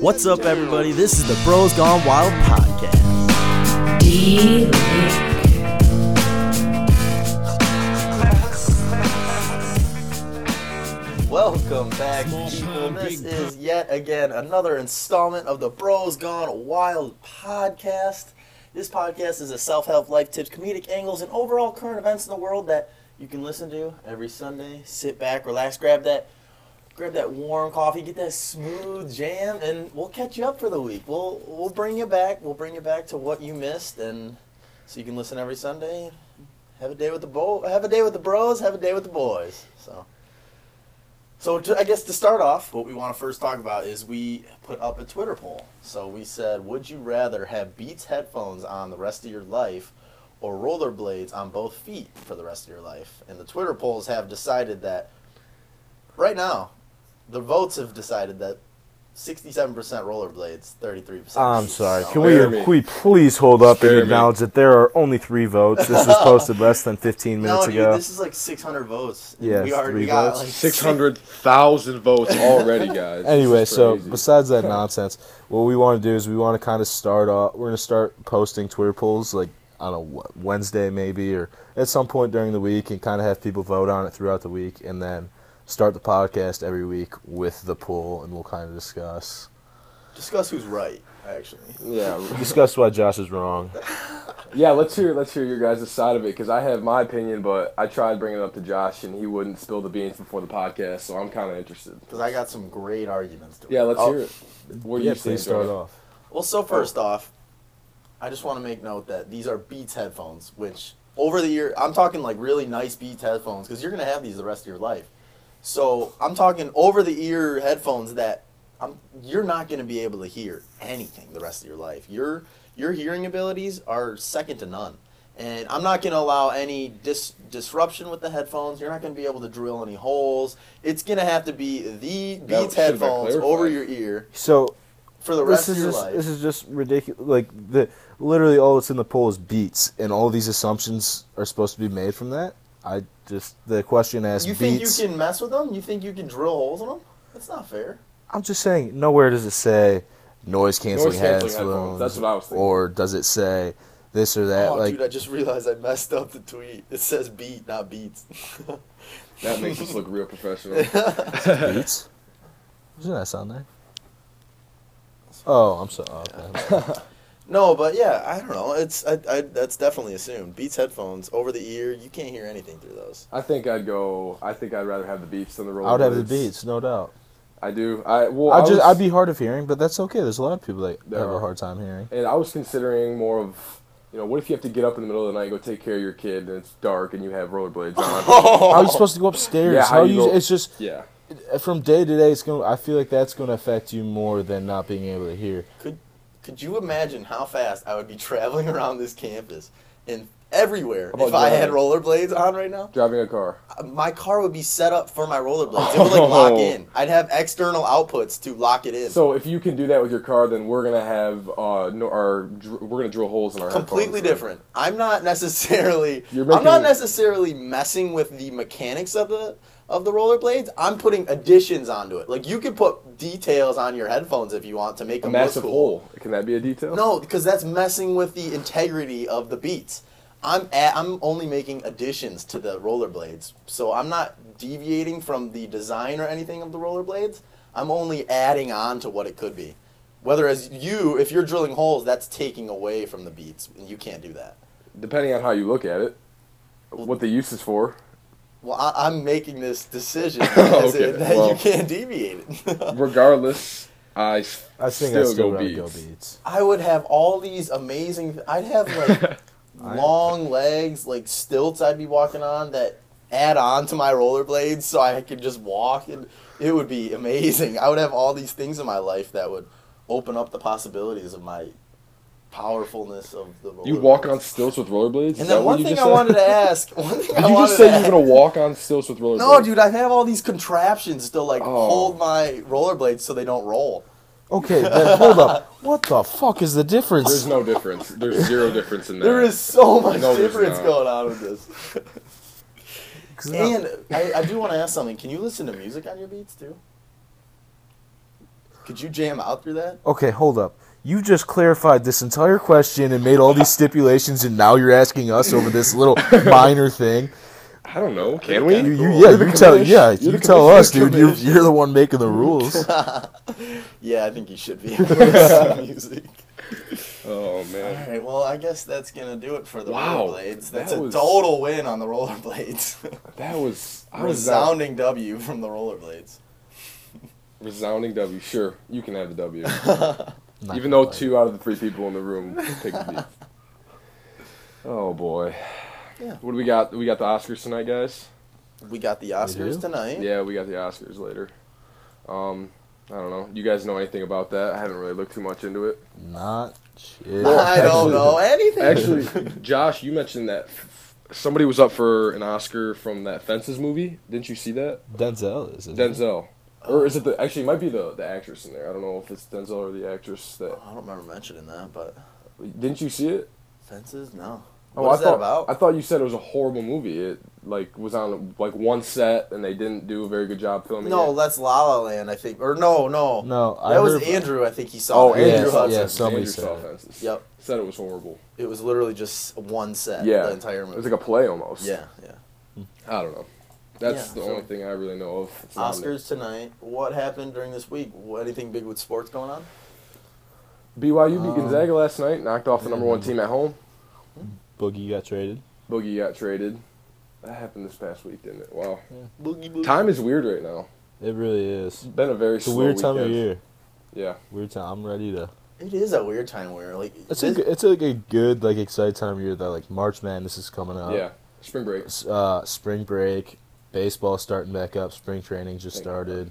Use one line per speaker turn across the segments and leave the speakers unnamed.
What's up, everybody? This is the Bros Gone Wild podcast. Welcome back, people. This is yet again another installment of the Bros Gone Wild podcast. This podcast is a self help, life tips, comedic angles, and overall current events in the world that you can listen to every Sunday. Sit back, relax, grab that. Grab that warm coffee, get that smooth jam, and we'll catch you up for the week. We'll we'll bring you back. We'll bring you back to what you missed, and so you can listen every Sunday. Have a day with the bo- Have a day with the bros. Have a day with the boys. So. So to, I guess to start off, what we want to first talk about is we put up a Twitter poll. So we said, would you rather have Beats headphones on the rest of your life, or rollerblades on both feet for the rest of your life? And the Twitter polls have decided that. Right now, the votes have decided that. 67% rollerblades, 33%.
I'm
Beats.
sorry.
So-
Can we,
Spare
can
me.
we please hold up
Spare
and
me.
acknowledge that there are only three votes? This was posted less than 15 minutes
no,
ago.
dude, this is like 600 votes. and
Yeah,
we
it's
already
three
got
votes.
like
Six hundred thousand votes already, guys.
anyway,
This is
so
crazy.
besides that nonsense, what we want to do is we want to kind of start off. We're gonna start posting Twitter polls like on a Wed- Wednesday maybe or at some point during the week, and kind of have people vote on it throughout the week, and then start the podcast every week with the poll, and we'll kind of discuss
Discuss who's right, actually.
yeah,
discuss why Josh is wrong.
yeah. Let's hear let's hear your guys' side of it because I have my opinion, but I tried bringing it up to Josh and he wouldn't spill the beans before the podcast, so I'm kind of interested.
Because I got some great arguments. To
Yeah, let's
Oh,
hear it. Where do
yeah,
you stand,
please start
Jordan?
off.
Well, so first
Oh.
off, I just want to make note that these are Beats headphones, which over the year, I'm talking like really nice Beats headphones because you're going to have these the rest of your life. So I'm talking over the ear headphones that I'm, you're not going to be able to hear anything the rest of your life. Your, your hearing abilities are second to none. And I'm not going to allow any dis- disruption with the headphones. You're not going to be able to drill any holes. It's going to have to be the
That
Beats
should have been
headphones over your
clarified.
ear
So
for the
this
rest
is
of your
just,
life.
This is just ridiculous. Like the literally all that's in the poll is beats, and all these assumptions are supposed to be made from that. I just the question asked
You think
beats.
you can mess with them? You think you can drill holes in them? That's not fair.
I'm just saying. Nowhere does it say noise canceling
canceling
headphones.
headphones, that's what I was thinking.
Or does it say this or that?
oh,
Uh, like
dude, I just realized I messed up the tweet. It says beat, not beats.
That makes us look real professional.
beats. Wasn't that sound there? Oh, I'm so. Oh, okay. I'm sorry.
no, but yeah, I don't know. It's I, I that's definitely assumed. Beats headphones over the ear, you can't hear anything through those.
I think I'd go. I think I'd rather have the beats than the roll.
I would have the beats, no doubt.
I do. I well.
I just
was-
I'd be hard of hearing, but that's okay. There's a lot of people that
There
have a
are.
hard time hearing.
And I was considering more of, you know, what if you have to get up in the middle of the night and go take care of your kid and it's dark and you have rollerblades on?
How are you supposed to go upstairs?
Oh. Yeah,
how,
how
are
you
you?
go-
It's just
yeah.
from day to day. It's going. to I feel like that's going to affect you more than not being able to hear.
Could could you imagine how fast I would be traveling around this campus and everywhere
about
if I had
driving?
rollerblades on right now? Uh,
Driving a car.
My car would be set up for my rollerblades. It would like
Oh.
lock in. I'd have external outputs to lock it in.
So if you can do that with your car, then we're gonna have uh, no, our dr- we're gonna drill holes in our
completely
headphones, right?
different. I'm not necessarily
You're
I'm not
making-
necessarily messing with the mechanics of the of the rollerblades. I'm putting additions onto it. Like you could put details on your headphones if you want to make
A
them
massive
look cool.
hole. Can that be a detail?
No, because that's messing with the integrity of the beats. I'm a I'm only making additions to the rollerblades, so I'm not deviating from the design or anything of the rollerblades. I'm only adding on to what it could be. Whether as you, if you're drilling holes, that's taking away from the beats, and you can't do that.
Depending on how you look at it, what the use is for.
Well, I, I'm making this decision as
Okay,
in that you
well.
can't deviate it.
Regardless, I, s-
I think
still,
I still
go,
rather
beats.
go beats.
I would have all these amazing. I'd have like long legs, like stilts. I'd be walking on that add on to my rollerblades, so I could just walk, and it would be amazing. I would have all these things in my life that would open up the possibilities of my powerfulness of the.
You
rollerblades.
walk on stilts with rollerblades? Is
And
that
then one
what you
thing
just
I
said?
wanted to ask. One thing I
you
wanted
just said
to
you're gonna walk on stilts with rollerblades.
No, dude, I have all these contraptions to like
Oh.
hold my rollerblades so they don't roll.
Okay, then hold up. What the fuck is the difference?
There's no difference. There's zero difference in that.
There is so much
No, there's
difference
not.
going on with this.
'Cause
And I, I do want to ask something. Can you listen to music on your beats too? Could you jam out through that?
Okay, hold up. You just clarified this entire question and made all these stipulations, and now you're asking us over this little minor thing.
I don't know. Can
You,
we?
you,
Cool.
yeah,
You're the
you tell,
commish-
yeah,
you're
you
the
tell
commish-
us,
you're
dude. You're,
commish.
you're the one making the rules.
yeah, I think you should be. able to listen to music.
Oh man.
All right. Well, I guess that's gonna do it for the
Wow,
rollerblades. That's
that
a
was-
total win on the rollerblades.
That was I was out-
Resounding W from the rollerblades.
resounding W. Sure, you can have the W.
Not
Even
gonna
though
lie.
two out of the three people in the room picked the B. Oh boy.
Yeah.
What do we got? We got the Oscars tonight, guys.
We got the Oscars
do?
tonight.
Yeah, we got the Oscars later. Um, I don't know. You guys know anything about that? I haven't really looked too much into it.
Not shit.
I don't
Actually-
know anything.
Actually, Josh, you mentioned that f- somebody was up for an Oscar from that Fences movie. Didn't you see that?
Denzel is. isn't it?
Denzel. Or is it
Uh.
the actually it might be the, the actress in there. I don't know if it's Denzel or the actress that
I don't remember mentioning that, but
didn't you see it?
fences? No.
Oh,
What
I
is
thought,
that about?
I thought you said it was a horrible movie. It like was on like one set and they didn't do a very good job filming
no,
it.
that's La La Land, I think. Or no, no.
No,
That
I
was
heard-
Andrew. I think he saw.
Oh,
it.
Andrew
Yeah,
Hudson.
yeah, somebody
Andrew
said
saw
it.
Fences.
Yep.
Said it was horrible.
It was literally just one set.
Yeah.
The entire
It
movie.
was like a play almost.
yeah, yeah.
I don't know. That's
Yeah,
the
so-
only thing I really know of. It's not in there.
Oscars tonight. What happened during this week? Wh- Anything big with sports going on?
BYU beat
Um,
Gonzaga last night. Knocked off the number one team at home.
Boogie got traded.
Boogie got traded. That happened this past week, didn't it? Wow.
Boogie boogie.
Time is weird right now.
It really is.
It's been a very
It's a
slow
weird time of
weekend.
year.
Yeah.
Weird time. I'm ready to.
It is a weird time where like
It's a
this-
g- it's like a good like exciting time of year that like March Madness is coming up.
yeah. Spring break.
S- Uh, spring break, baseball starting back up. Spring training just
Thank
started.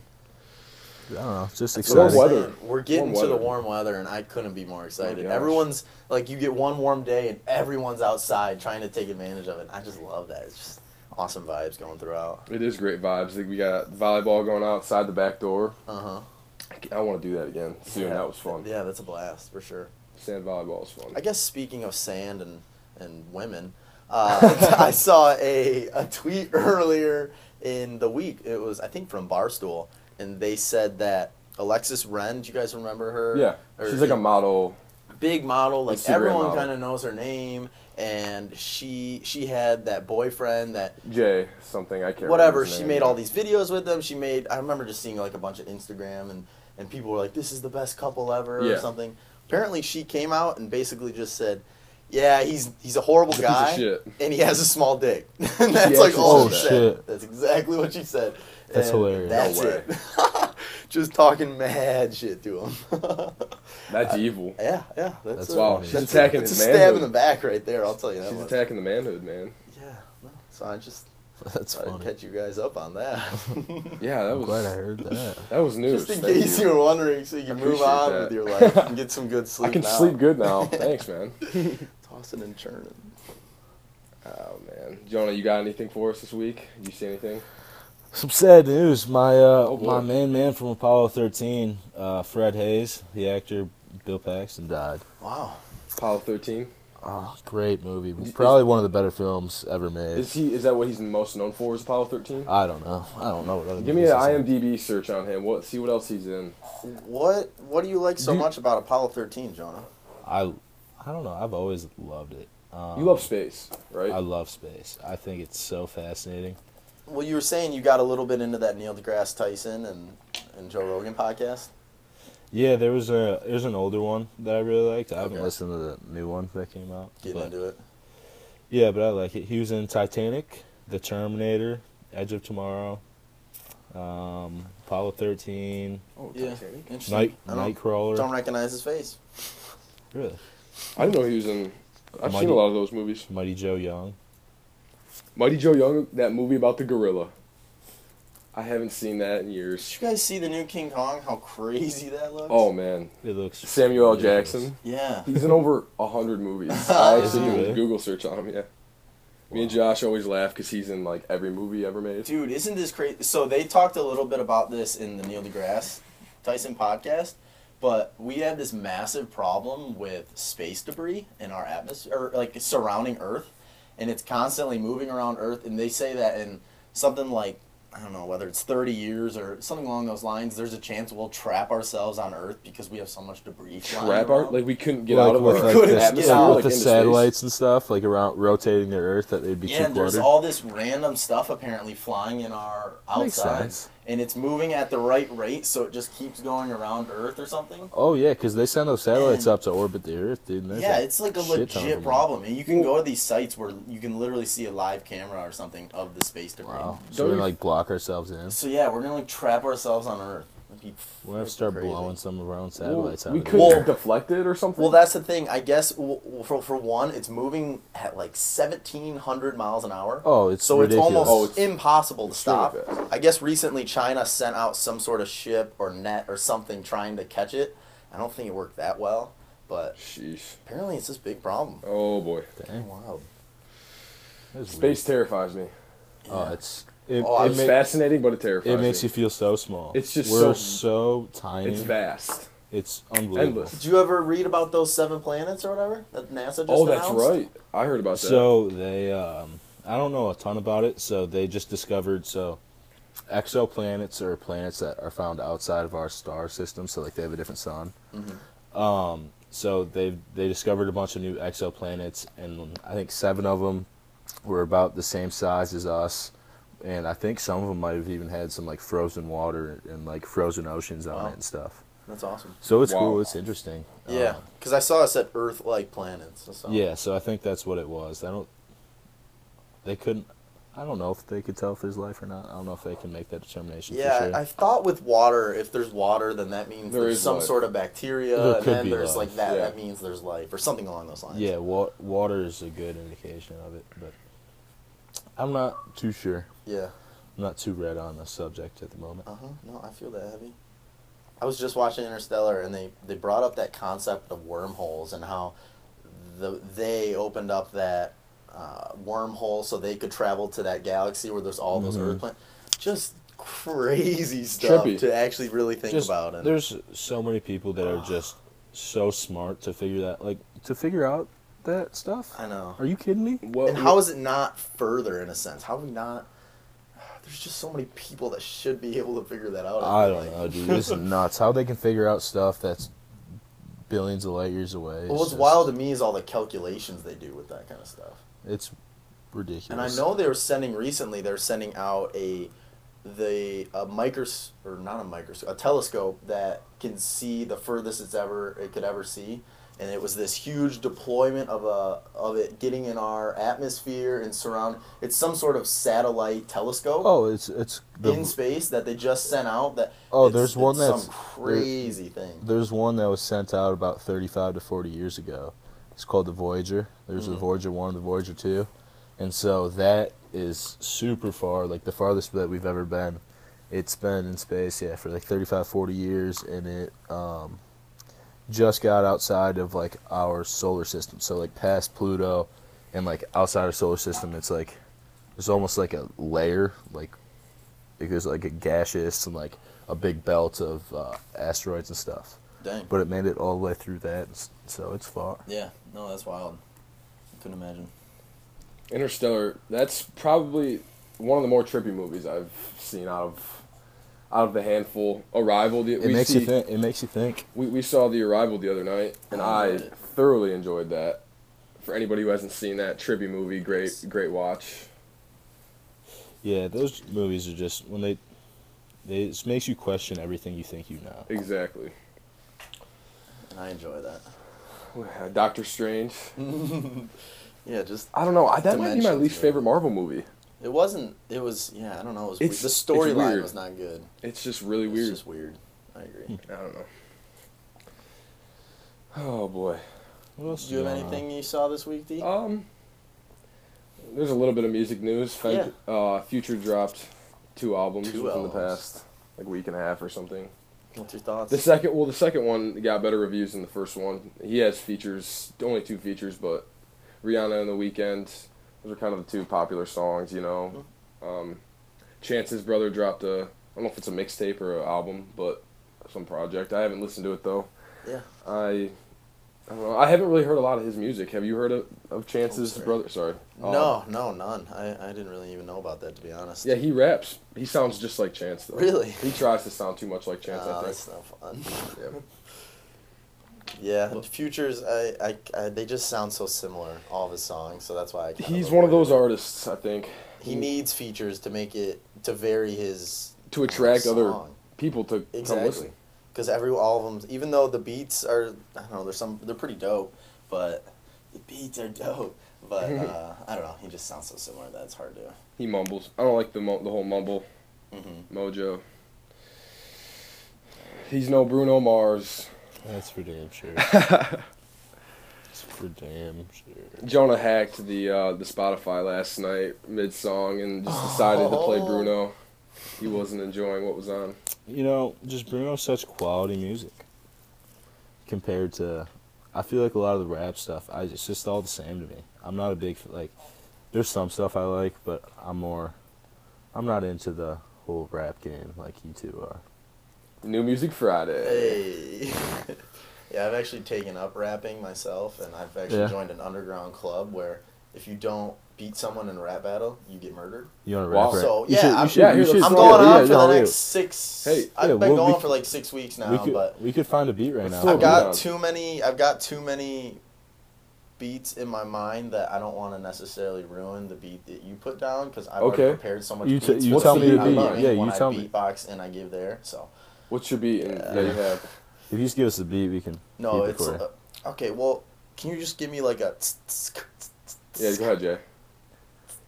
I don't know. It's just
That's what I'm
exciting.
Warm weather.
saying. We're getting
Warm
to the
weather. Oh
warm weather, and I couldn't be more excited.
gosh.
everyone's like, you get one warm day, and everyone's outside trying to take advantage of it. I just love that. It's just awesome vibes going throughout.
It is great vibes. Like we got volleyball going outside the back door.
Uh huh.
I want to do that again. Soon. That was fun.
Yeah, that's a blast for sure.
Sand volleyball is fun.
I guess speaking of sand and and women, uh, I saw a a tweet earlier in the week. It was I think from Barstool, and they said that Alexis Wren. Do you guys remember her?
yeah,
Or-
she's like a model.
big model like
Instagram
everyone
model.
kind of knows her name and she she had that boyfriend that
Jay something. I can't.
whatever
remember his
she
name.
made all these videos with them she made i remember just seeing like a bunch of instagram and and people were like this is the best couple ever or
Yeah.
something apparently she came out and basically just said yeah he's he's a horrible
He's a piece of
guy
shit."
and he has a small dick and that's
Yeah,
like
she
all she
said that.
said
Shit.
that's exactly what she said
That's
And
hilarious. No
that's
way.
it just talking mad shit to him
That's evil.
yeah yeah that's,
That's
it.
Wow,
funny.
she's attacking
It's a
his
stab in the
manhood.
back right there. I'll tell you that
She's
much.
attacking the manhood, man.
Yeah. No, so I just
That's
thought I'd
funny.
catch you guys up on that.
Yeah, that
I'm glad
was
I heard that.
that was news.
just in
Thank
case you. were wondering, so you can move
Appreciate
on
that.
with your life and get some good sleep.
I can
now.
sleep good now. Thanks, man.
Tossing and churning.
Oh man, Jonah, you got anything for us this week? You see anything?
Some sad news. My uh,
Oh, boy.
my main man from Apollo 13, uh, Fred Hayes, the actor Bill Paxton, died.
Wow.
Apollo thirteen.
Oh, great movie.
Is-
Probably one of the better films ever made.
Is he? Is that what he's most known for? Is Apollo thirteen?
I don't know. I don't know what other
Give me
movies
an
he's in.
IMDb search on him. What? See what else he's in.
What What do you like so
Do-
much about Apollo 13, Jonah?
I I don't know. I've always loved it. Um,
You love space, right?
I love space. I think it's so fascinating.
Well, you were saying you got a little bit into that Neil deGrasse Tyson and, and Joe Rogan podcast.
Yeah, there was a there's an older one that I really liked. I haven't
Okay.
listened to the new one that came out.
Getting
but-
into it.
Yeah, but I like it. He was in Titanic, The Terminator, Edge of Tomorrow, um, Apollo 13,
oh,
Yeah.
Titanic.
Interesting.
Night
I don't,
Nightcrawler.
don't recognize his face.
Really,
I didn't know he was in. I've
Mighty-
seen a lot of those movies.
Mighty Joe Young.
Mighty Joe Young, that movie about the gorilla. I haven't seen that in years.
Did you guys see the new King Kong? How crazy that looks.
Oh man,
It looks
Samuel L.
ridiculous.
Jackson.
Yeah.
He's in over a hundred movies. I
Is he
actually did a
really?
Google search on him. Yeah. Me and Josh always laugh because he's in like every movie ever made.
Dude, isn't this crazy? So they talked a little bit about this in the Neil deGrasse Tyson podcast, but we have this massive problem with space debris in our atmosphere, or like surrounding Earth, and it's constantly moving around Earth. And they say that in something like I don't know whether it's 30 years or something along those lines. There's a chance we'll trap ourselves on Earth because we have so much debris. flying
Trap art?
around.
Like we couldn't get
like
out of
with,
our
like,
couldn't
the,
get
like,
out,
with
like,
the
into space.
satellites and stuff, like around rotating the Earth, that they'd be
Yeah,
too
and there's
cluttered.
all this random stuff apparently flying in our
Makes
outside,
sense.
and it's moving at the right rate, so it just keeps going around Earth or something.
Oh yeah, because they send those satellites
Man.
up to orbit the Earth, dude. and there's
yeah, it's like a
shit ton of them.
legit problem, and you can go to these sites where you can literally see a live camera or something of the space debris.
Wow. So we're
Those-
gonna like block ourselves in.
So yeah, we're gonna like trap ourselves on Earth. That'd be
We're gonna
freaking
start
crazy.
blowing some of our own
Well,
satellites
we
out. of
could
the
Well-
air.
deflect it or something.
Well, that's the thing. I guess w- w- for for one, it's moving at like seventeen hundred miles an hour.
Oh, it's
so
ridiculous.
it's almost
Oh, it's-
impossible to
really
stop.
fast.
I guess recently China sent out some sort of ship or net or something trying to catch it. I don't think it worked that well, but
sheesh.
apparently it's this big problem.
Oh boy,
Dang,
Wow.
that's
space terrifies me.
weird. Oh, it's it,
Oh, I
it
It's
ma-
fascinating, but it terrifies
it makes
me.
you feel so small.
It's just
we're
so-
so, tiny.
It's vast.
It's unbelievable.
Endless.
Did you ever read about those seven planets or whatever that NASA just
Oh, that's
announced?
right. I heard about that.
So they, um, I don't know a ton about it. So they just discovered so exoplanets are planets that are found outside of our star system. So like they have a different sun. Um, so they they discovered a bunch of new exoplanets, and I think seven of them were about the same size as us. And I think some of them might have even had some like frozen water and like frozen oceans on
Wow.
it and stuff.
That's awesome.
So it's
Wow.
cool. It's interesting.
Yeah,
Oh.
Um,
because I saw it said Earth-like planets. or something.
yeah, so I think that's what it was. I don't. They couldn't. I don't know if they could tell if there's life or not. I don't know if they can make that determination.
Yeah,
for sure.
I thought with water, if there's water, then that means
There
there's
is
some
life.
sort of bacteria,
There
and
could
then
be
there's
life,
like that.
yeah.
That means there's life or something along those lines.
yeah. Wa- water is a good indication of it, but I'm not too sure.
yeah.
I'm not too read on the subject at the moment.
Uh huh. No, I feel that heavy. I was just watching Interstellar, and they they brought up that concept of wormholes and how the they opened up that uh, wormhole so they could travel to that galaxy where there's all those
Mhm.
Earth planets. Just crazy stuff
Trippy.
to actually really think
Just-
about. And
There's so many people that are just so smart to figure that, like to figure out that stuff.
I know.
Are you kidding me?
What-
and how is it not further in a sense? How do we not? There's just so many people that should be able to figure that out.
I
feel
don't
like.
know, dude. It's nuts how they can figure out stuff that's billions of light years away.
Well,
It's
what's
just-
wild to me is all the calculations they do with that kind of stuff.
It's ridiculous.
And I know they were sending recently. They're sending out a the a micros or not a microscope a telescope that can see the furthest it's ever it could ever see. And it was this huge deployment of a of it getting in our atmosphere and surround. It's some sort of satellite telescope.
Oh, it's it's the,
in space that they just sent out that
Oh,
it's-
there's one
it's
that's-
some crazy thing
there's one that was sent out about 35 to 40 years ago. It's called the Voyager. There's the Voyager 1, the Voyager 2. And so that is super far, like the farthest that we've ever been. It's been in space, yeah, for like 35 40 years and it um just got outside of like our solar system. So like past Pluto and like outside our solar system, it's like there's almost like a layer, like like there's like a gaseous and like a big belt of uh, asteroids and stuff.
dang
But it made it all the way through that, s- so it's far.
yeah no that's wild couldn't imagine
Interstellar. That's probably one of the more trippy movies I've seen out of out of the handful. Arrival. The,
It
we
makes
see,
you think. It makes you think.
We, we saw the Arrival the other night,
Oh,
and I thoroughly enjoyed that. For anybody who hasn't seen that trippy movie, great great watch.
Yeah, those movies are just when they. They, it makes you question everything you think you know.
Exactly.
and I enjoy that
Doctor Strange.
yeah just
I don't know. I, that might be my
Dimensions,
least
yeah.
favorite Marvel movie.
it wasn't it was yeah I don't know it was
It's-
weird. the
it's
storyline
weird.
was not good
It's just really
it's
weird.
just weird I agree
I don't know. Oh boy.
What else
do you have
going on?
anything you saw this week D
Um, there's a little bit of music news. Fen- uh, Future dropped two albums
Two
within the
albums.
past like week and a half or something.
what's your thoughts
The second, well, the second one got better reviews than the first one. He has features, only two features, but Rihanna and The Weeknd. Those are kind of the two popular songs, you know.
Mm-hmm.
Um, Chance's brother dropped a, I don't know if it's a mixtape or an album, but some project. I haven't listened to it though.
yeah
I I don't know. I haven't really heard a lot of his music. Have you heard of, of Chance's
Oh, sorry.
brother? Sorry. Um,
no, no, none. I, I didn't really even know about that to be honest.
Yeah, he raps. He sounds just like Chance though.
Really?
He tries to sound too much like Chance.
Nah,
I think.
that's not fun.
Yeah.
Yeah, Futures. I, I, I they just sound so similar. All of his songs, so that's why I. kinda
He's
avoid
one of those
it.
artists. I think
He needs features to make it to vary his
to attract other
song.
people to come
exactly
listen.
because every all of them, even though the beats are I don't know, they're some they're pretty dope, but the beats are dope. But uh, I don't know, he just sounds so similar that it's hard to.
He mumbles. I don't like the mu- the whole mumble
Mhm.
mojo. He's no Bruno Mars.
That's for damn sure. That's for damn sure.
Jonah hacked the uh, the Spotify last night mid song and just decided to play
Oh.
Bruno. He wasn't enjoying what was on.
You know, just Bruno's such quality music compared to. I feel like a lot of the rap stuff, I it's just all the same to me. I'm not a big f- like. There's some stuff I like, but I'm more. I'm not into the whole rap game like you two are.
New Music Friday.
Hey. yeah, I've actually taken up rapping myself, and I've actually
Yeah.
joined an underground club where if you don't beat someone in a rap battle, you get murdered.
You want to
Wow.
rap? right?
So,
You
yeah,
should- you
I'm-
should-
Yeah,
you
here's-
should
I'm
Yeah,
going
start-
on
yeah,
for the
no, we-
next six.
Hey,
I've
yeah,
been
well,
going
we-
for like six weeks now,
We could,
but
we could find a beat right
Let's
now.
throw a
I've
Oh,
got
yeah.
too many. I've got too many beats in my mind that I don't want to necessarily ruin the beat that you put down because I've
Okay.
already prepared so much.
You t-
beats
you
for
tell me
you.
the
I
beat.
learn
Yeah,
when
you
I
tell me.
Beatbox and I give there. So
What's your beat in, that you have?
If you just give us the beat, we can.
no,
keep
it's
recording.
uh, okay. Well, can you just give me like a? tsk, tsk, tsk,
Yeah,
tsk,
go ahead, Jay.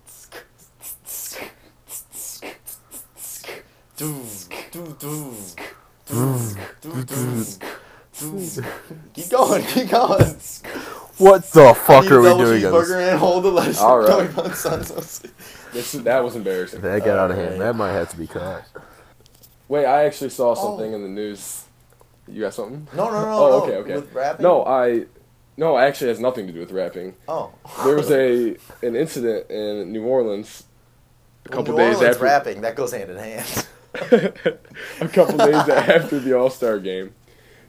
tsk, tsk, tsk, tsk, doo, doo, doo, doo, doo, doo, doo. Keep going, keep going.
What the fuck
Need a double cheeseburger and hold the lettuce.
All right.
going on sauce.
This, that was embarrassing.
That got out of hand. That might have to be cut.
Wait, I actually
Oh.
saw something in the news. You got something?
No, no, no.
Oh,
no.
okay, okay.
With rapping?
No, I. No, it actually has nothing to do with rapping.
Oh.
There was a an incident in New Orleans a
Well,
couple
New
days
Orleans
after
rapping that goes hand in hand.
a couple days after the All Star game.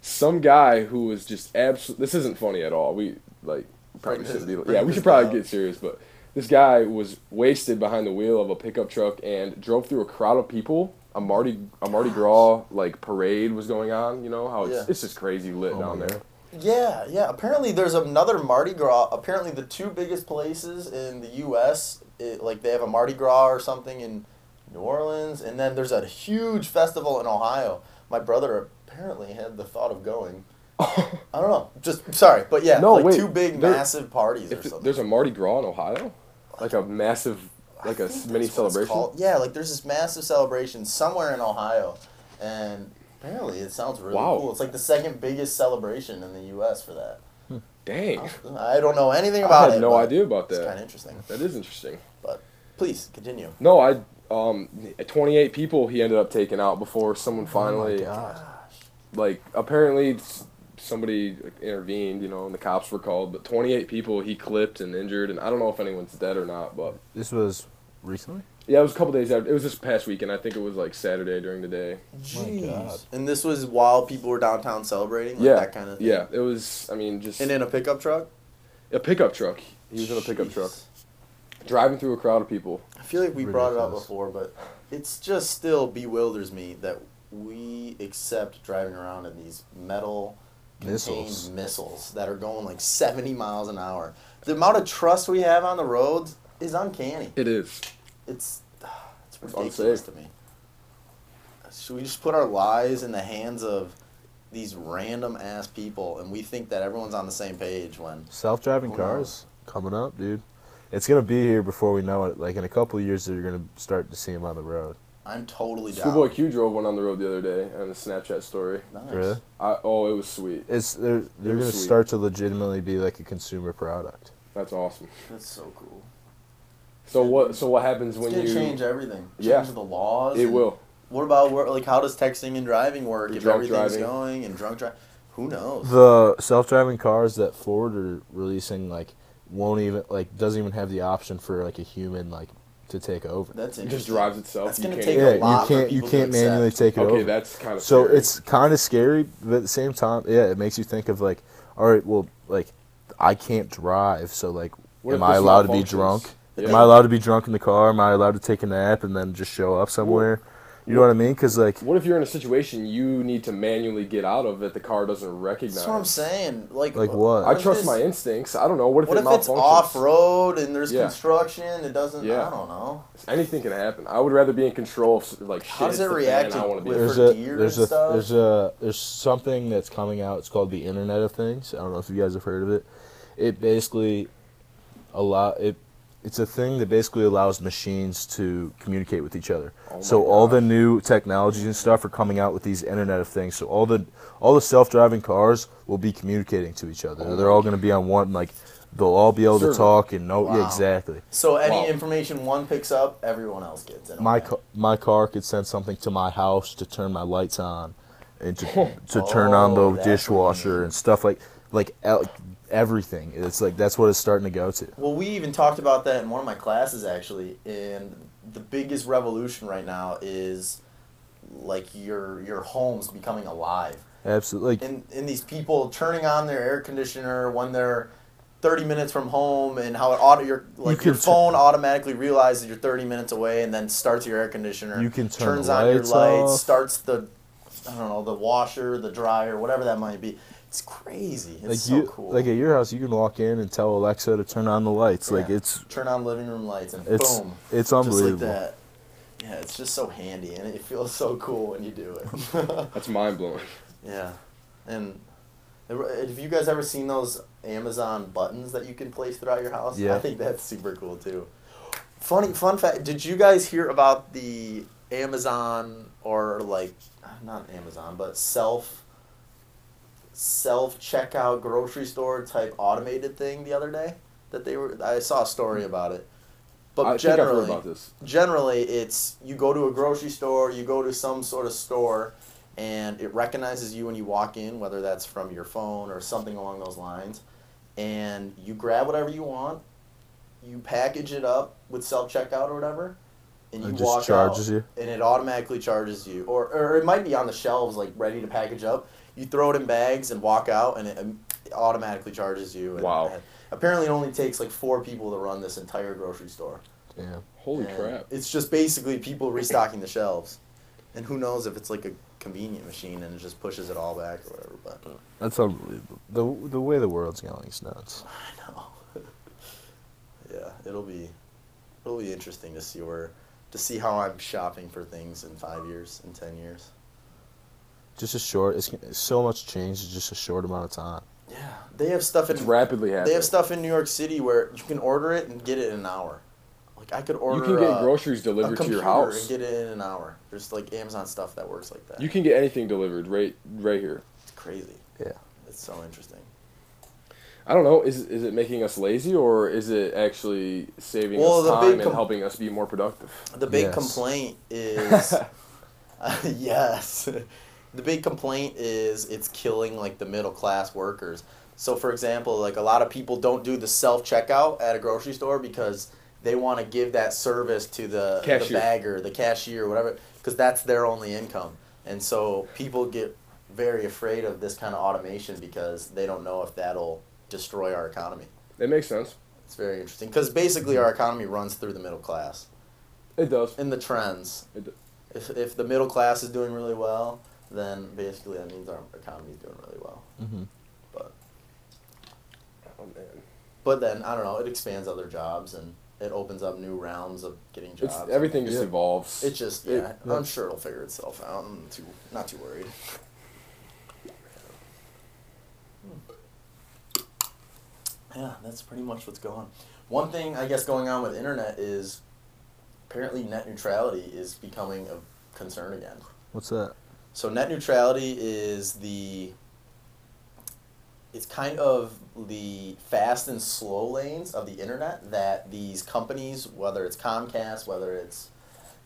Some guy who was just absolute. This isn't funny at all. We like probably
Bring
shouldn't
this-
be.
bring
Yeah, we
this
should probably
down.
get serious, but this guy was wasted behind the wheel of a pickup truck and drove through a crowd of people. A Mardi a Mardi Gras like parade was going on. You know how it's
Yeah.
it's just crazy lit
Oh
down
my
there.
yeah, yeah. Apparently, there's another Mardi Gras. Apparently, the two biggest places in the U.S. It, like they have a Mardi Gras or something in New Orleans, and then there's a huge festival in Ohio. My brother apparently had the thought of going. I don't know. Just sorry, but yeah,
No,
like
wait,
two big
there-
massive parties or
If th-
something.
there's a Mardi Gras in Ohio, like a massive, like
I
a
think
mini
that's what it's
celebration.
called. Yeah, like there's this massive celebration somewhere in Ohio, and apparently it sounds really
Wow.
cool. It's like the second biggest celebration in the U.S. for that.
Dang,
I don't know anything
I
about
had
it.
no
but
idea about
It's kind of
that.
interesting,
That is interesting.
but please continue.
No, I um, 28 people he ended up taking out before someone
Oh
finally like apparently s- somebody intervened, you know, and the cops were called. But 28 people he clipped and injured, and I don't know if anyone's dead or not. But
This was recently.
yeah, it was a couple days after. It was this past weekend. I think it was like Saturday during the day.
Jeez.
God.
Oh And this was while people were downtown celebrating, like
yeah,
that kind of thing.
yeah. It was. I mean, just
And in a pickup truck.
a pickup truck. He was in a pickup
Jeez.
truck driving through a crowd of people.
I feel like we brought it up
Ridiculous.
before, but it's just still bewilders me that we accept driving around in these metal contained
Missiles.
missiles that are going like 70 miles an hour. The amount of trust we have on the roads is uncanny.
It is.
It's it's
unsafe.
ridiculous to me. Should we just put our lives in the hands of these random ass people and we think that everyone's on the same page when
Self-driving
Wow.
cars coming up, dude. It's gonna be here before we know it. Like in a couple of years, you're gonna start to see them on the road.
I'm totally down.
Schoolboy Q drove one on the road the other day on a Snapchat story.
Nice.
Really?
I, oh, it was sweet.
It's they're they're
They're
gonna
sweet.
start to legitimately be like a consumer product.
That's awesome.
That's so cool.
So what? So what happens
It's
when
gonna
you?
change everything. Change
Yeah.
the laws.
It
and-
will.
What about work? Like, how does texting and driving work
And
if
drunk
everything's
driving.
going and drunk driving? Who knows?
The self-driving cars that Ford are releasing like won't even like doesn't even have the option for like a human like to take over.
That's
It
interesting.
just drives itself.
That's gonna
can't
take
even-
a
yeah,
lot
you
for
can't you
people to
can't manually
accept.
take it
Okay,
over.
that's kind of
So
scary.
it's kind of scary, but at the same time, yeah, it makes you think of like, all right, well, like, I can't drive, so like,
What if
am I
this
allowed to be
malfunctions?
drunk?
Yeah.
Am I allowed to be drunk in the car? Am I allowed to take a nap and then just show up somewhere? you know what I mean? Because like,
What if you're in a situation you need to manually get out of that the car doesn't recognize?
That's what I'm saying. Like,
Like what?
I
if
trust
it's-
my instincts. I don't know. What if
What
it
if it's
malfunctions?
off road and there's
Yeah.
construction? It doesn't.
Yeah.
I don't know.
Anything can happen. I would rather be in control of like shit.
How does
hits
it
the fan,
react
I want to be.
with-
there.
there's
for
a
deer
there's
and
a
stuff?
there's a there's something that's coming out. It's called the Internet of Things. I don't know if you guys have heard of it. It basically allow it. It's a thing that basically allows machines to communicate with each other.
Oh my
so all the
gosh.
new technologies and stuff are coming out with these Internet of Things. So all the all the self-driving cars will be communicating to each other.
Oh
They're all going to be on one like they'll all be able
Server.
to talk and know yeah,
Wow.
exactly.
So any
Wow.
information one picks up, everyone else gets. In a
my
way.
ca- my car could send something to my house to turn my lights on and to, to turn on
Oh,
the
that's
dishwasher and stuff like like el- everything it's like that's what it's starting to go to
Well, we even talked about that in one of my classes actually, and the biggest revolution right now is like your your homes becoming alive.
absolutely like,
And and these people turning on their air conditioner when they're 30 minutes from home and how it auto your like
can
your
tu-
phone automatically realizes you're 30 minutes away and then starts your air conditioner.
You can turn
turns
the
on your
lights
lights,
off.
starts the I don't know, the washer, the dryer, whatever that might be. It's crazy. It's
like
so
you
cool.
like at your house you can walk in and tell alexa to turn on the lights like
Yeah.
it's
turn on living room lights and
it's
boom.
it's
Just
unbelievable
like that. Yeah, it's just so handy and it feels so cool when you do it.
That's mind blowing.
yeah. And have you guys ever seen those Amazon buttons that you can place throughout your house? I
Yeah.
think that's super cool too. Funny fun fact, did you guys hear about the Amazon or like not Amazon, but self self checkout grocery store type automated thing the other day that they were I saw a story about it. But
Hmm. I think I've
generally
heard about this.
generally it's you go to a grocery store, you go to some sort of store, and it recognizes you when you walk in, whether that's from your phone or something along those lines, and you grab whatever you want, you package it up with self checkout or whatever, and you
It just
walk
charges
out,
you?
and it automatically charges you, or or it might be on the shelves like ready to package up. You throw it in bags and walk out, and it, um, it automatically charges you. And,
Wow.
and apparently, it only takes like four people to run this entire grocery store.
yeah
Holy
And
crap!
It's just basically people restocking the shelves. And who knows if it's like a convenient machine and it just pushes it all back or whatever,
Mm.
but
that's unbelievable the the way the world's going is nuts
I know. yeah, it'll be it'll be interesting to see where to see how I'm shopping for things in 5 years and 10 years.
just a short it's, it's so much change in just a short amount of time
Yeah, they have stuff in
It's rapidly happening.
They have stuff in New York City where you can order it and get it in an hour. Like I could order
You can get
uh,
groceries
a
delivered to
computer
your house.
and get it in an hour. There's like Amazon stuff that works like that.
You can get anything delivered right right here.
it's crazy.
yeah
It's so interesting.
I don't know. Is is it making us lazy or is it actually saving
Well,
us
the
time
big
and
com-
helping us be more productive?
The big
Yes.
complaint is uh, yes. The big complaint is it's killing like the middle class workers. So for example, like a lot of people don't do the self checkout at a grocery store because they want to give that service to the, the
Cashier.
bagger, the cashier, whatever, because that's their only income. And so people get very afraid of this kind of automation because they don't know if that'll destroy our economy.
It makes sense.
It's very interesting because basically our economy runs through the middle class
It does.
in the trends.
It d-
If, if the middle class is doing really well, then basically that means our economy is doing really well.
hmm
But
Oh man.
but then I don't know. It expands other jobs and it opens up new realms of getting jobs.
It's everything just
Yeah.
evolves.
It's just yeah.
it-
I'm sure it'll figure itself out. I'm too not too worried. Yeah, that's pretty much what's going on. One thing I guess going on with internet is apparently net neutrality is becoming a concern again.
what's that
So net neutrality is the it's kind of the fast and slow lanes of the internet that these companies, whether it's Comcast, whether it's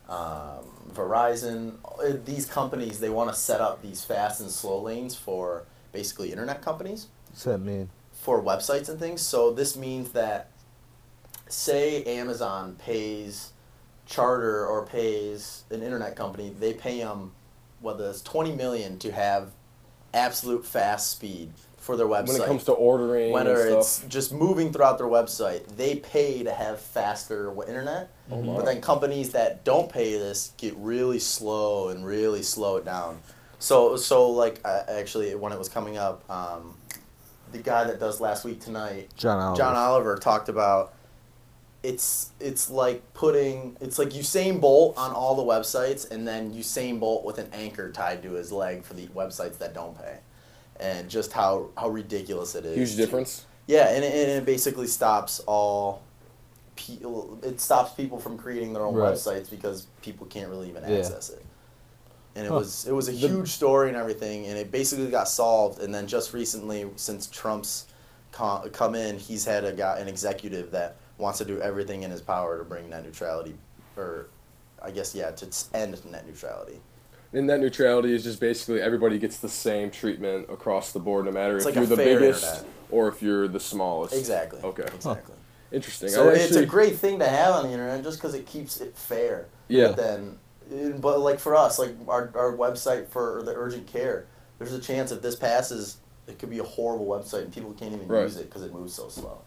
um, Verizon, uh, these companies they want to set up these fast and slow lanes for basically internet companies
what's that mean
for websites and things. So this means that, say, Amazon pays Charter or pays an internet company, they pay them whether it's twenty million to have absolute fast speed for their website.
When it comes to ordering and
whether
stuff.
it's just moving throughout their website, they pay to have faster w- internet.
wow.
But then companies that don't pay this get really slow and really slow it down. So so like uh, actually when it was coming up, um, the guy that does last week tonight,
John Oliver.
John Oliver talked about it's it's like putting it's like Usain Bolt on all the websites and then Usain Bolt with an anchor tied to his leg for the websites that don't pay. And just how, how ridiculous it is.
Huge difference.
Yeah, and it, and it basically stops all people. It stops people from creating their own
Right.
websites because people can't really even
Yeah.
access it. And it
Huh.
was it was a
The-
huge story and everything, and it basically got solved. And then just recently, since Trump's con- come in, he's had a guy, an executive that wants to do everything in his power to bring net neutrality, or I guess yeah, to s- end net neutrality.
And net neutrality is just basically everybody gets the same treatment across the board, no matter
It's
if
like a
you're the
fair
biggest
internet.
or if you're the smallest.
Exactly.
Okay.
Exactly.
Interesting.
So
I
it's a
actually-
great thing to have on the internet just because it keeps it fair.
Yeah.
But then, and- but like for us, like our, our website for the urgent care, there's a chance if this passes, it could be a horrible website and people can't even
Right.
use it because it moves so slow.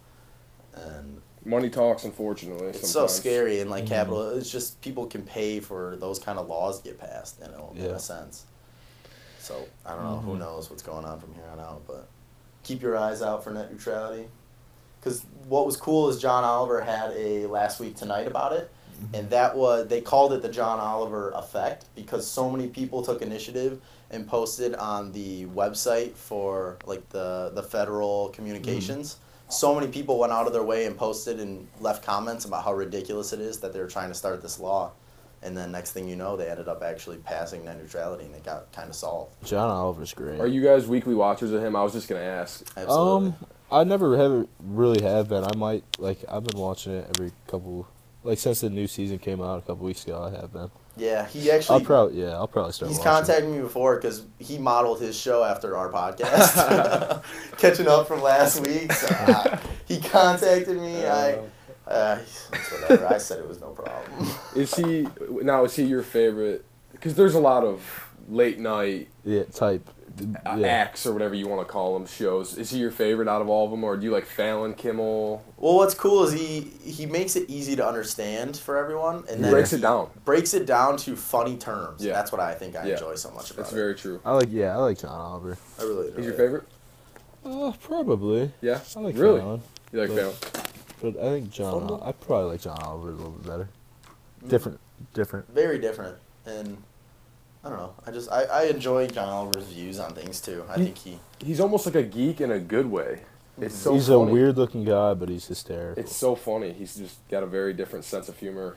And
Money talks, unfortunately.
it's
sometimes. Mm-hmm.
so scary and like capital. It's just people can pay for those kind of laws get passed in a, in
Yeah.
a sense. So I don't know. Who knows what's going on from here on out? But keep your eyes out for net neutrality. Because what was cool is John Oliver had a last week tonight about it, and that was they called it the John Oliver effect because so many people took initiative and posted on the website for like the the federal communications. So many people went out of their way and posted and left comments about how ridiculous it is that they were trying to start this law, and then next thing you know, they ended up actually passing net neutrality and it got kind of solved.
John Oliver's great.
Are you guys weekly watchers of him? I was just gonna ask.
Absolutely.
Um, I never have really have been. I might like I've been watching it every couple, like since the new season came out a couple weeks ago. I have been.
yeah, he actually.
I'll probably yeah. I'll probably start.
He's
watching it.
contacted me before because he modeled his show after our podcast, catching up from last week. So I, he contacted me. I, uh, it's whatever. I said it was no problem.
Is he now? Is he your favorite? Because there's a lot of late night
Yeah, type.
uh,
Yeah.
acts or whatever you want to call them shows. Is he your favorite out of all of them, or do you like Fallon, Kimmel?
Well, what's cool is he he makes it easy to understand for everyone, and then
breaks
he
it down.
breaks it down to funny terms.
Yeah.
That's what I think I
Yeah.
enjoy so much about
That's
it.
very true.
I like yeah. I like John Oliver.
I really. enjoy
He's your
it.
favorite?
Uh, probably.
Yeah.
I like
really?
Fallon,
You like
But-
Fallon?
but I think John. Ol- I probably like John Oliver a little bit better. Different, different.
Very different, and I don't know. I just I, I enjoy John Oliver's views on things too. I
He-
think he.
He's almost like a geek in a good way. It's so
he's
funny.
a weird looking guy, but he's hysterical.
It's so funny. He's just got a very different sense of humor.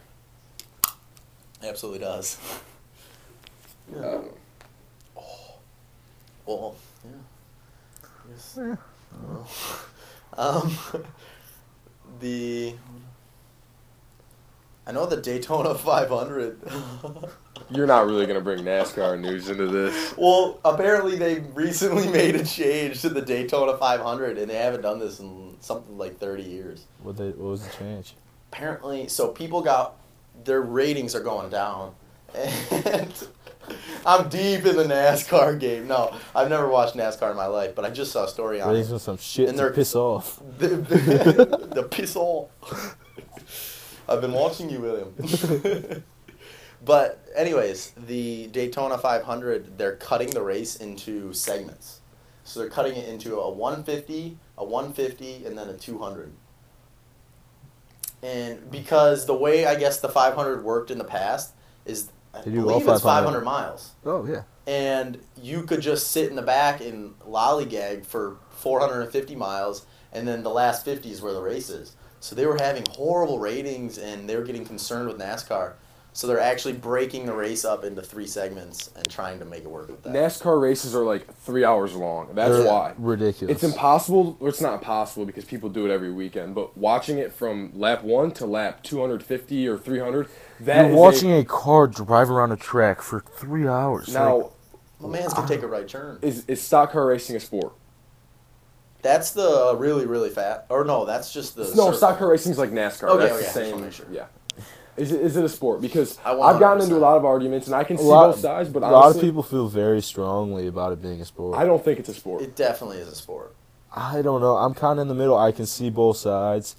Absolutely does. Yeah.
Um,
Well, yeah. I guess- I don't know. um, the. I know the Daytona 500.
you're not really gonna bring NASCAR news into this.
well, apparently they recently made a change to the Daytona 500, and they haven't done this in something like 30 years.
What they, What was the change?
Apparently, so people got their ratings are going down, and I'm deep in the NASCAR game. No, I've never watched NASCAR in my life, but I just saw a story on. it.
Ratings on some shit
And
to
they're-
piss off.
the, the, the piss all. I've been watching you, William. but anyways, the Daytona 500, they're cutting the race into segments. So they're cutting it into a 150, a 150, and then a 200. And because the way I guess the 500 worked in the past is, I
They do all
believe it's
500.
500 miles
Oh yeah.
and you could just sit in the back and lollygag for 450 miles, and then the last 50 is where the race is. So they were having horrible ratings, and they were getting concerned with NASCAR. So they're actually breaking the race up into three segments and trying to make it work with that.
NASCAR races are like three hours long. That's
They're
why.
Ridiculous.
It's impossible, or it's not impossible because people do it every weekend. But watching it from lap one to lap 250 or 300, that
You're
is
watching
a,
a, car drive around a track for three hours.
now.
My man's can take a right turn.
Is is stock car racing a sport?
That's the really really fat, or no, that's just the
No,
surf-
stock car racing is like NASCAR.
Okay, okay,
That's the
just wanna
same.
make sure.
Yeah, Is it, is it a sport? Because
I
I've gotten into a
100%.
lot of arguments, and I can
A
see
lot,
both sides. But
a lot of
honestly,
people feel very strongly about it being a sport.
I don't think it's a sport.
It definitely is a sport.
I don't know. I'm kind of in the middle. I can see both sides.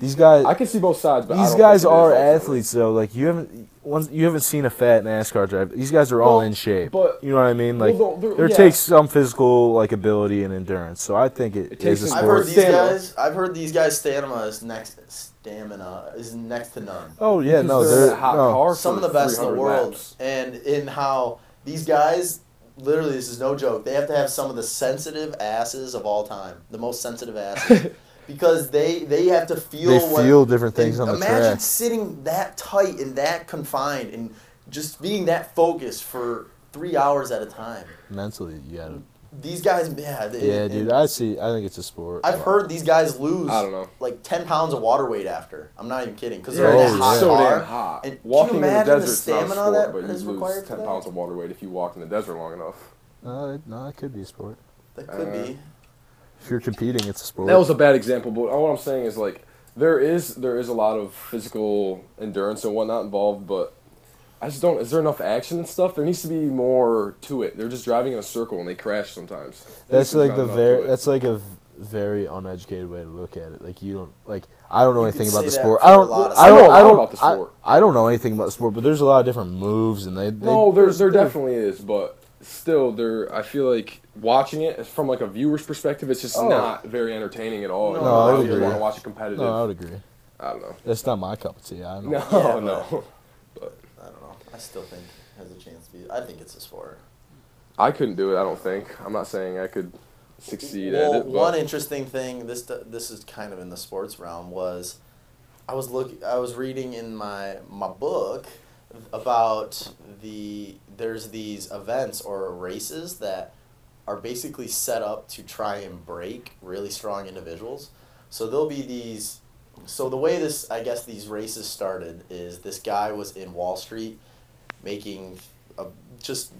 These guys,
I can see both sides, but I
these
don't
guys
think it is
are
ultimately.
athletes though. Like you haven't once you haven't seen a fat NASCAR driver. These guys are all
Well,
in shape.
but-
you know what I mean? Like
Well, they're-
there
yeah.
takes some physical like ability and endurance. So I think it,
It
it
takes
is a
an-
I've
sport.
heard these
Stamina.
guys. I've heard these guys' stamina is next. Stamina is next to none.
oh yeah, no,
Because
they're
in a hot
no.
car
Some of
for
the best in the
300
world,
laps.
and in how these guys. Literally, this is no joke. They have to have some of the sensitive asses of all time, the most sensitive asses, because they they have to feel.
They
what-
feel different things
and
on the
imagine
track.
sitting that tight and that confined and just being that focused for three hours at a time.
Mentally, you gotta.
These guys, yeah, they,
Yeah, dude, I see. I think it's a sport.
I've heard these guys lose.
I don't know.
Like ten pounds of water weight after. I'm not even kidding because
Yeah,
they're in
Oh,
that
yeah.
hot
so
car.
damn hot.
And can you
walking in the
imagine the
desert
stamina
not a sport,
that
but you
is
lose
required for
ten
that?
pounds of water weight if you walk in the desert long enough.
No, it- no, it could be a sport.
That could
Uh,
be.
If you're competing, it's a sport.
That was a bad example, but all I'm saying is like there is there is a lot of physical endurance and whatnot involved, but I just don't. Is there enough action and stuff? There needs to be more to it. They're just driving in a circle and they crash sometimes.
That's
There's
like
not
the
enough to
very.
it.
That's like a v- very uneducated way to look at it. Like you don't like. I don't know
You
anything
could
about
say
the
that
sport.
for
I
a
don't.
lot of
I
sports.
don't.
I know
I
a
don't.
lot about the
I-
sport.
I, don't know anything about the sport, but there's a lot of different moves, and they. they
No, there there definitely is, but still, there. I feel like watching it from like a viewer's perspective, it's just
Oh.
not very entertaining at all.
No, I
You know,
would
I just
agree.
want to watch it competitive.
No, I would agree.
I don't know.
That's not my cup of tea. I don't.
No,
Yeah,
no.
I don't know. I still think it has a chance to be. I think it's a sport.
I couldn't do it. I don't think. I'm not saying I could succeed
well,
at it. But
one interesting thing this this is kind of in the sports realm was, I was look I was reading in my my book about the there's these events or races that are basically set up to try and break really strong individuals. So there'll be these. So the way this I guess these races started is this guy was in Wall Street making a, just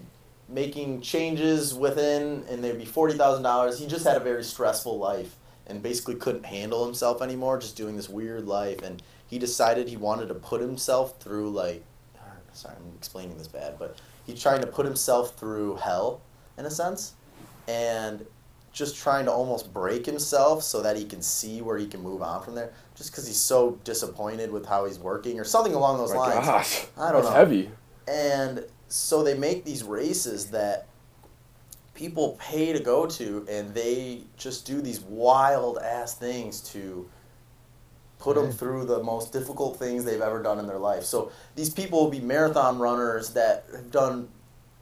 making changes within and there'd be $40,000. He just had a very stressful life and basically couldn't handle himself anymore, just doing this weird life. And he decided he wanted to put himself through, like, sorry, I'm explaining this bad, but he's trying to put himself through hell in a sense and just trying to almost break himself so that he can see where he can move on from there just because he's so disappointed with how he's working or something along those
Oh my
lines
gosh,
I don't
that's
know.
heavy.
and so they make these races that people pay to go to and they just do these wild ass things to put them
Yeah.
through the most difficult things they've ever done in their life so these people will be marathon runners that have done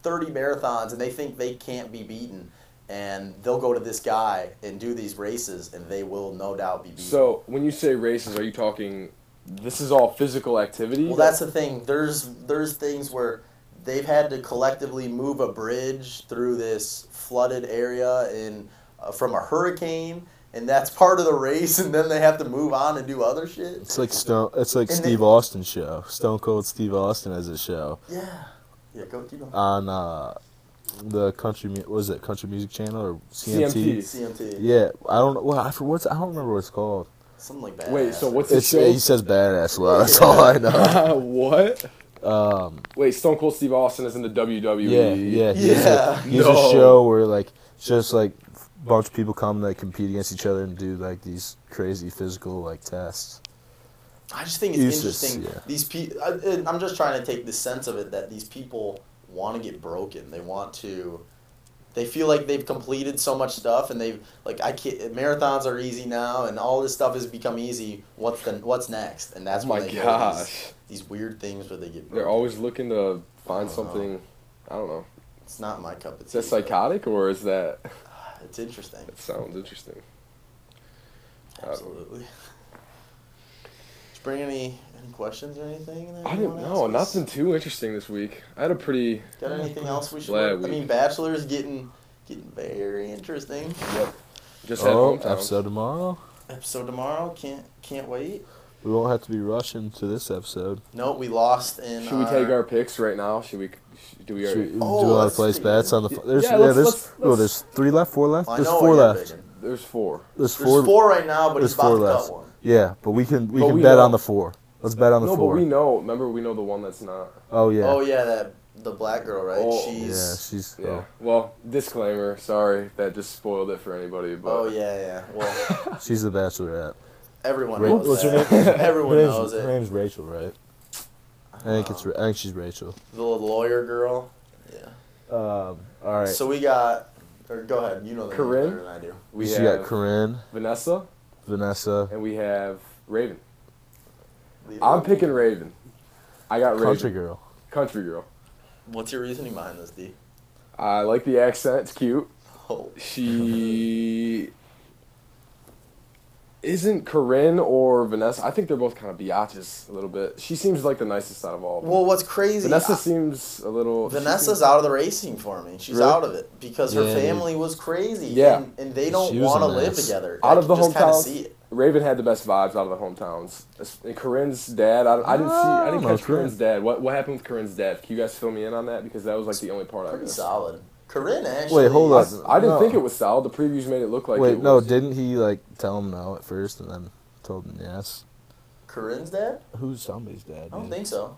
30 marathons and they think they can't be beaten and they'll go to this guy and do these races and they will no doubt be beaten
So when you say races, are you talking? This is all physical activity.
Well, that's the thing. There's there's things where they've had to collectively move a bridge through this flooded area in uh, from a hurricane, and that's part of the race. And then they have to move on and do other shit.
It's like Stone. It's like
And
Steve
they-
Austin's show. Stone Cold Steve Austin has a show
Yeah. Yeah. Go keep going.
on uh, the country. mu- What is it? Country Music Channel or
CMT.
CMT.
Yeah, I don't know. Well, I for what's I don't remember what it's called.
Something like that.
Wait, so what's the
It's,
show?
he says badass love. That's all I know.
what?
Um,
Wait, Stone Cold Steve Austin is in the E. WWE.
Yeah, yeah. He has
Yeah.
a, he has
No.
a show where like it's just like a bunch of people come and like compete against each other and do like these crazy physical like tests.
I just think it's
Uses,
interesting.
yeah.
These people, I'm just trying to take the sense of it that these people want to get broken. They want to, they feel like they've completed so much stuff, and they've like I can't. Marathons are easy now, and all this stuff has become easy. What's the what's next? And that's
Oh
when
my
they go to these-
gosh.
These, weird things where they get broken.
They're always looking to
I don't
find
know.
something. I don't know.
it's not my cup of
Is
tea.
that psychotic or is that?
but It's interesting.
That sounds interesting. don't know.
Absolutely. Did you bring any any questions or anything? That
I
you
didn't
wanna
know.
ask us?
Nothing too interesting this week. I had a pretty.
Got anything else we should?
Glad
I
we-
mean, Bachelor's getting getting very interesting.
Yep. Just had
Oh,
hometown.
episode tomorrow.
Episode tomorrow. Can't can't wait.
We won't have to be rushing to this episode.
No, we lost in.
Should we take our picks right now? Should we? Should, do we?
Should
Already,
we
Oh,
do a lot
let's
of place
see.
bets on the. f- There's
Yeah,
yeah,
let's-
there's
let's-
no,
let's-
there's three left, four left.
I
There's
know
four
what you're
left.
thinking.
there's four.
There's
There's
four.
four right now, but
There's
he's about
four
to cut
left.
one.
Yeah, but we can we
But
can
we
bet
know.
on the four. Let's bet on the
No, but
four.
we know. Remember, we know the one that's not.
Oh yeah.
Oh yeah, that the black girl, right?
Oh,
yeah,
She's.
she's
Yeah.
oh,
Well, disclaimer. Sorry, that just spoiled it for anybody. But
Oh yeah, yeah. Well,
oh, she's the bachelorette.
everyone
Ra-
knows
what's her
that.
name?
Everyone
her name's,
knows
Her
it.
name's Rachel, right? I think it's. Ra- I think she's Rachel.
The lawyer girl. Yeah.
Um, all right.
So we got. Or go ahead. You know the name
Corinne?
better than I do.
we
so you
have
got Corinne,
Vanessa
Vanessa,
and we have Raven.
Leave
I'm
it.
picking Raven. I got
country
Raven.
girl.
Country girl.
What's your reasoning behind this, D?
I like the accent. It's cute.
Oh,
She isn't Corinne or Vanessa. I think they're both kind of biatches a little bit. She seems like the nicest out of all. of them.
Well, what's crazy?
Vanessa
I-
seems a little. she
Vanessa's
seems-
out of the racing for me. She's
Really?
out of it because her
Yeah, dude.
family was crazy.
Yeah.
and, and they
She
don't
was a
want to live
mess.
together.
Out
I
of the
can just kinda
hometowns,
see it.
Raven had the best vibes out of the hometowns. And Corinne's dad, I, I didn't see, I didn't
Oh,
catch
Corinne.
Corinne's dad. What what happened with Corinne's dad? Can you guys fill me in on that? Because that was like the only part I
Pretty
missed.
solid. Corinne actually.
Wait, hold
I,
up.
I didn't
No.
think it was solid. The previews made it look like
Wait,
it
no,
was.
didn't he like tell him no at first and then told him yes?
Corinne's dad?
Who's somebody's dad?
I don't think so.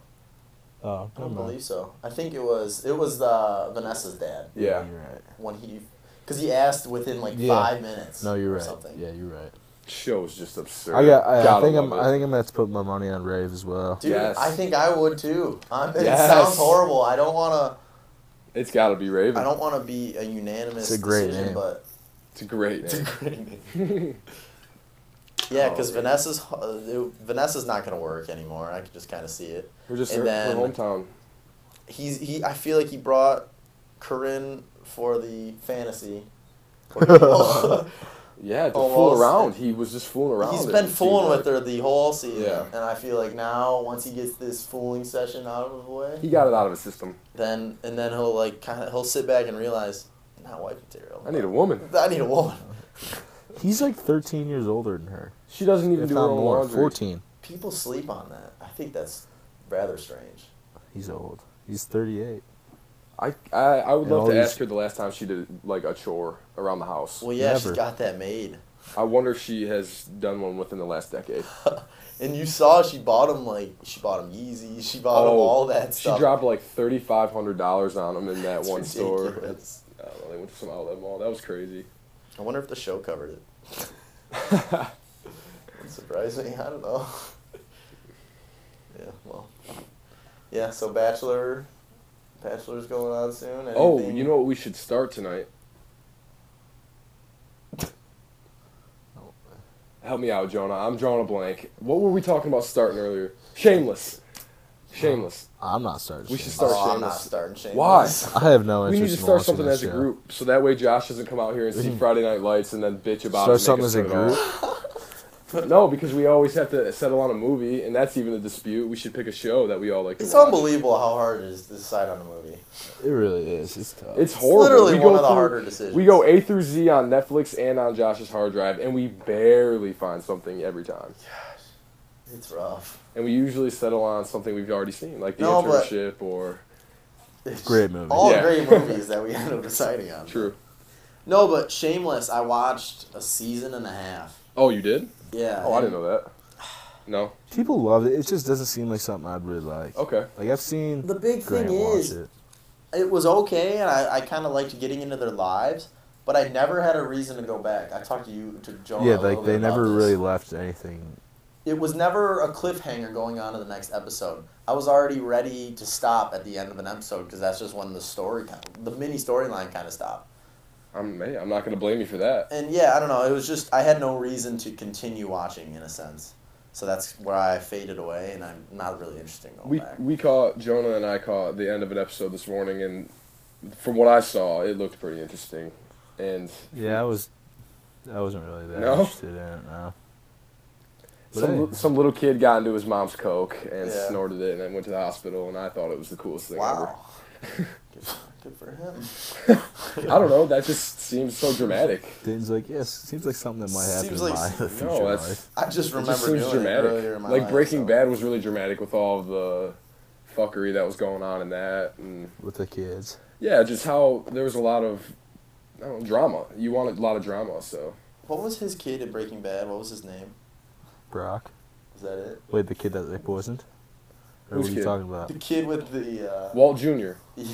Oh,
I don't believe so. I think it was it was uh, Vanessa's dad
Yeah,
You're right.
when he, because he asked within like
Yeah.
five minutes.
No, you're
or
right.
Something.
Yeah, you're right.
show was just absurd.
I got. I, I
Gotta
think I'm.
love
I
it.
think I'm gonna have to put my money on Rave as well.
Dude,
Yes.
I think I would too. i It
Yes.
sounds horrible. I don't wanna.
it's got to be Raven.
I don't wanna be a unanimous
It's a great
decision,
name.
but
It's a great
it's a
name.
great name. Yeah, because
Oh, man.
Vanessa's uh, it- Vanessa's not gonna work anymore. I can just kind of see it.
We're just
And
her, her
then-
hometown.
He's he. I feel like he brought Corinne for the fantasy. What do you call it?
Yeah, to fool
Almost.
around. He was just fooling around.
He's
It
been
seemed
fooling
like-
with her the whole season,
Yeah.
and I feel like now once he gets this fooling session out of the way,
He got it out of his system.
then and then he'll like kind of he'll sit back and realize "I'm not wife material.
I need a woman.
I need a woman.
He's like 13 years older than her.
She doesn't even
If
do her
not
own
more,
laundry.
14.
People sleep on that. I think that's rather strange.
He's old. He's 38.
I, I, I would
And all
love to
these-
ask her the last time she did like a chore around the house.
Well, yeah,
Never.
she's got that made.
I wonder if she has done one within the last decade.
And you saw she bought him like she bought him Yeezys, she bought him all that
Oh, she
stuff.
dropped like thirty five hundred dollars on them in that
It's
one store.
ridiculous.
I don't know, they went to some outlet mall. That was crazy.
I wonder if the show covered it. Wouldn't surprise me. I don't know. yeah, well, yeah. So Bachelor, Bachelor's going on soon.
Oh,
Anything-
you know what? We should start tonight. Help me out, Jonah. I'm drawing a blank. What were we talking about starting earlier? Shameless. Shameless.
I'm not starting.
We should
Oh,
Shameless.
start
I'm not
Shameless.
starting Shameless.
Why?
I have no
We
interest.
need to
in
start
watching
something as
this
a
show.
group, so that way Josh doesn't come out here and see Friday Night Lights and then bitch about.
Start
it and
something
make us
as a
turn it
group.
off. No, because we always have to settle on a movie, and that's even a dispute. We should pick a show that we all like. To
It's
watch.
unbelievable how hard it is to decide on a movie.
It really is. It's tough.
It's
It's
horrible.
literally
we
one
go
of the
through-
harder decisions.
We go A through Z on Netflix and on Josh's hard drive, and we barely find something every time.
It's rough.
And we usually settle on something we've already seen, like the
No, but-
internship or
It's
Great movie.
All
Yeah.
great movies that we end up deciding on.
True.
No, but Shameless, I watched a season and a half.
Oh, you did?
Yeah.
Oh, I
and-
didn't know that. No.
People love it. It just doesn't seem like something I'd really like.
Okay.
Like I've seen
The big
Grant
thing
watch
is,
it.
it was okay, and I, I kind of liked getting into their lives, but I never had a reason to go back. I talked to you, to Jonah. a
Yeah,
little
like
bit
they
about
never
this.
really left anything.
It was never a cliffhanger going on to the next episode. I was already ready to stop at the end of an episode because that's just when the story, kind the mini storyline kind of stopped.
I'm. Hey, I'm not gonna blame you for that.
And yeah, I don't know. It was just I had no reason to continue watching in a sense. So that's where I faded away, and I'm not really interested in going
We
back.
we caught Jonah and I caught the end of an episode this morning, and from what I saw, it looked pretty interesting. And
Yeah, I was. I wasn't really that
No?
interested in it. No. But
some,
hey.
some little kid got into his mom's coke and
Yeah.
snorted it, and then went to the hospital. And I thought it was the coolest thing ever.
Wow. good, good for him.
I don't know. That just seems so dramatic.
Dane's like, yes, seems like something that might happen
Seems
in
like
my
s-
future
No, that's
life.
I just
it
remember
just seems
doing
dramatic.
it earlier in my
like
life,
Breaking
so-
Bad was really dramatic with all the fuckery that was going on in that, and
with the kids.
yeah, just how there was a lot of I don't know, drama. You want a lot of drama, so
What was his kid in Breaking Bad? What was his name?
Brock.
Was that it?
Wait, the kid that they poisoned? Or
Who's
what are you
kid?
talking about?
The kid with the uh,
Walt Jr.
yeah,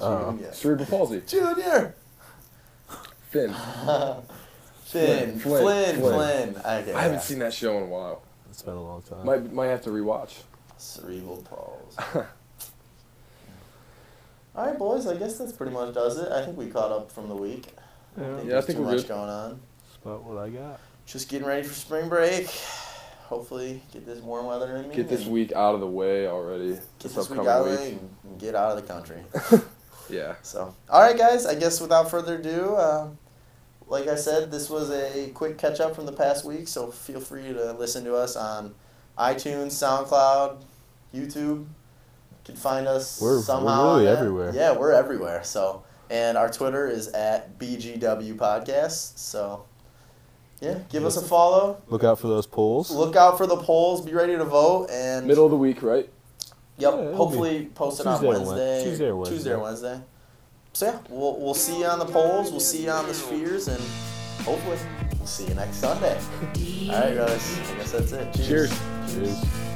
Uh,
Oh.
Junior.
Cerebral palsy.
Junior.
Finn.
Finn, Flynn,
Flynn,
Flynn.
Flynn,
Okay,
I haven't
yeah.
seen that show in a while.
It's been a long time.
Might might have to rewatch.
Cerebral palsy. All right, boys. I guess that's pretty much does it. I think we caught up from the week.
Yeah,
I
there's
think
too
we're
much
good.
going on.
That's about what I got.
Just getting ready for spring break. Hopefully, get this warm weather in me.
Get this
and
week out of the way already.
Get
This
this week
upcoming
out of
week.
the way and get out of the country.
Yeah.
So, all right, guys. I guess without further ado, uh, like I said, this was a quick catch up from the past week. So feel free to listen to us on iTunes, SoundCloud, YouTube. You can find us
We're- we're
somehow. on
really
that.
everywhere.
Yeah, we're everywhere. So, and our Twitter is at BGW Podcast. So, yeah, give us a follow.
Look out for those polls.
Look out for the polls. Be ready to vote. And
Middle of the week, right?
Yep.
Yeah, it'll
hopefully post it on
Tuesday or Wed-
Wednesday.
Tuesday or Wednesday.
Tuesday or Wednesday. So yeah, we'll we'll see you on the polls. We'll see you on the spheres, and hopefully we'll see you next Sunday. All right, guys. I guess that's it.
Cheers.
Cheers.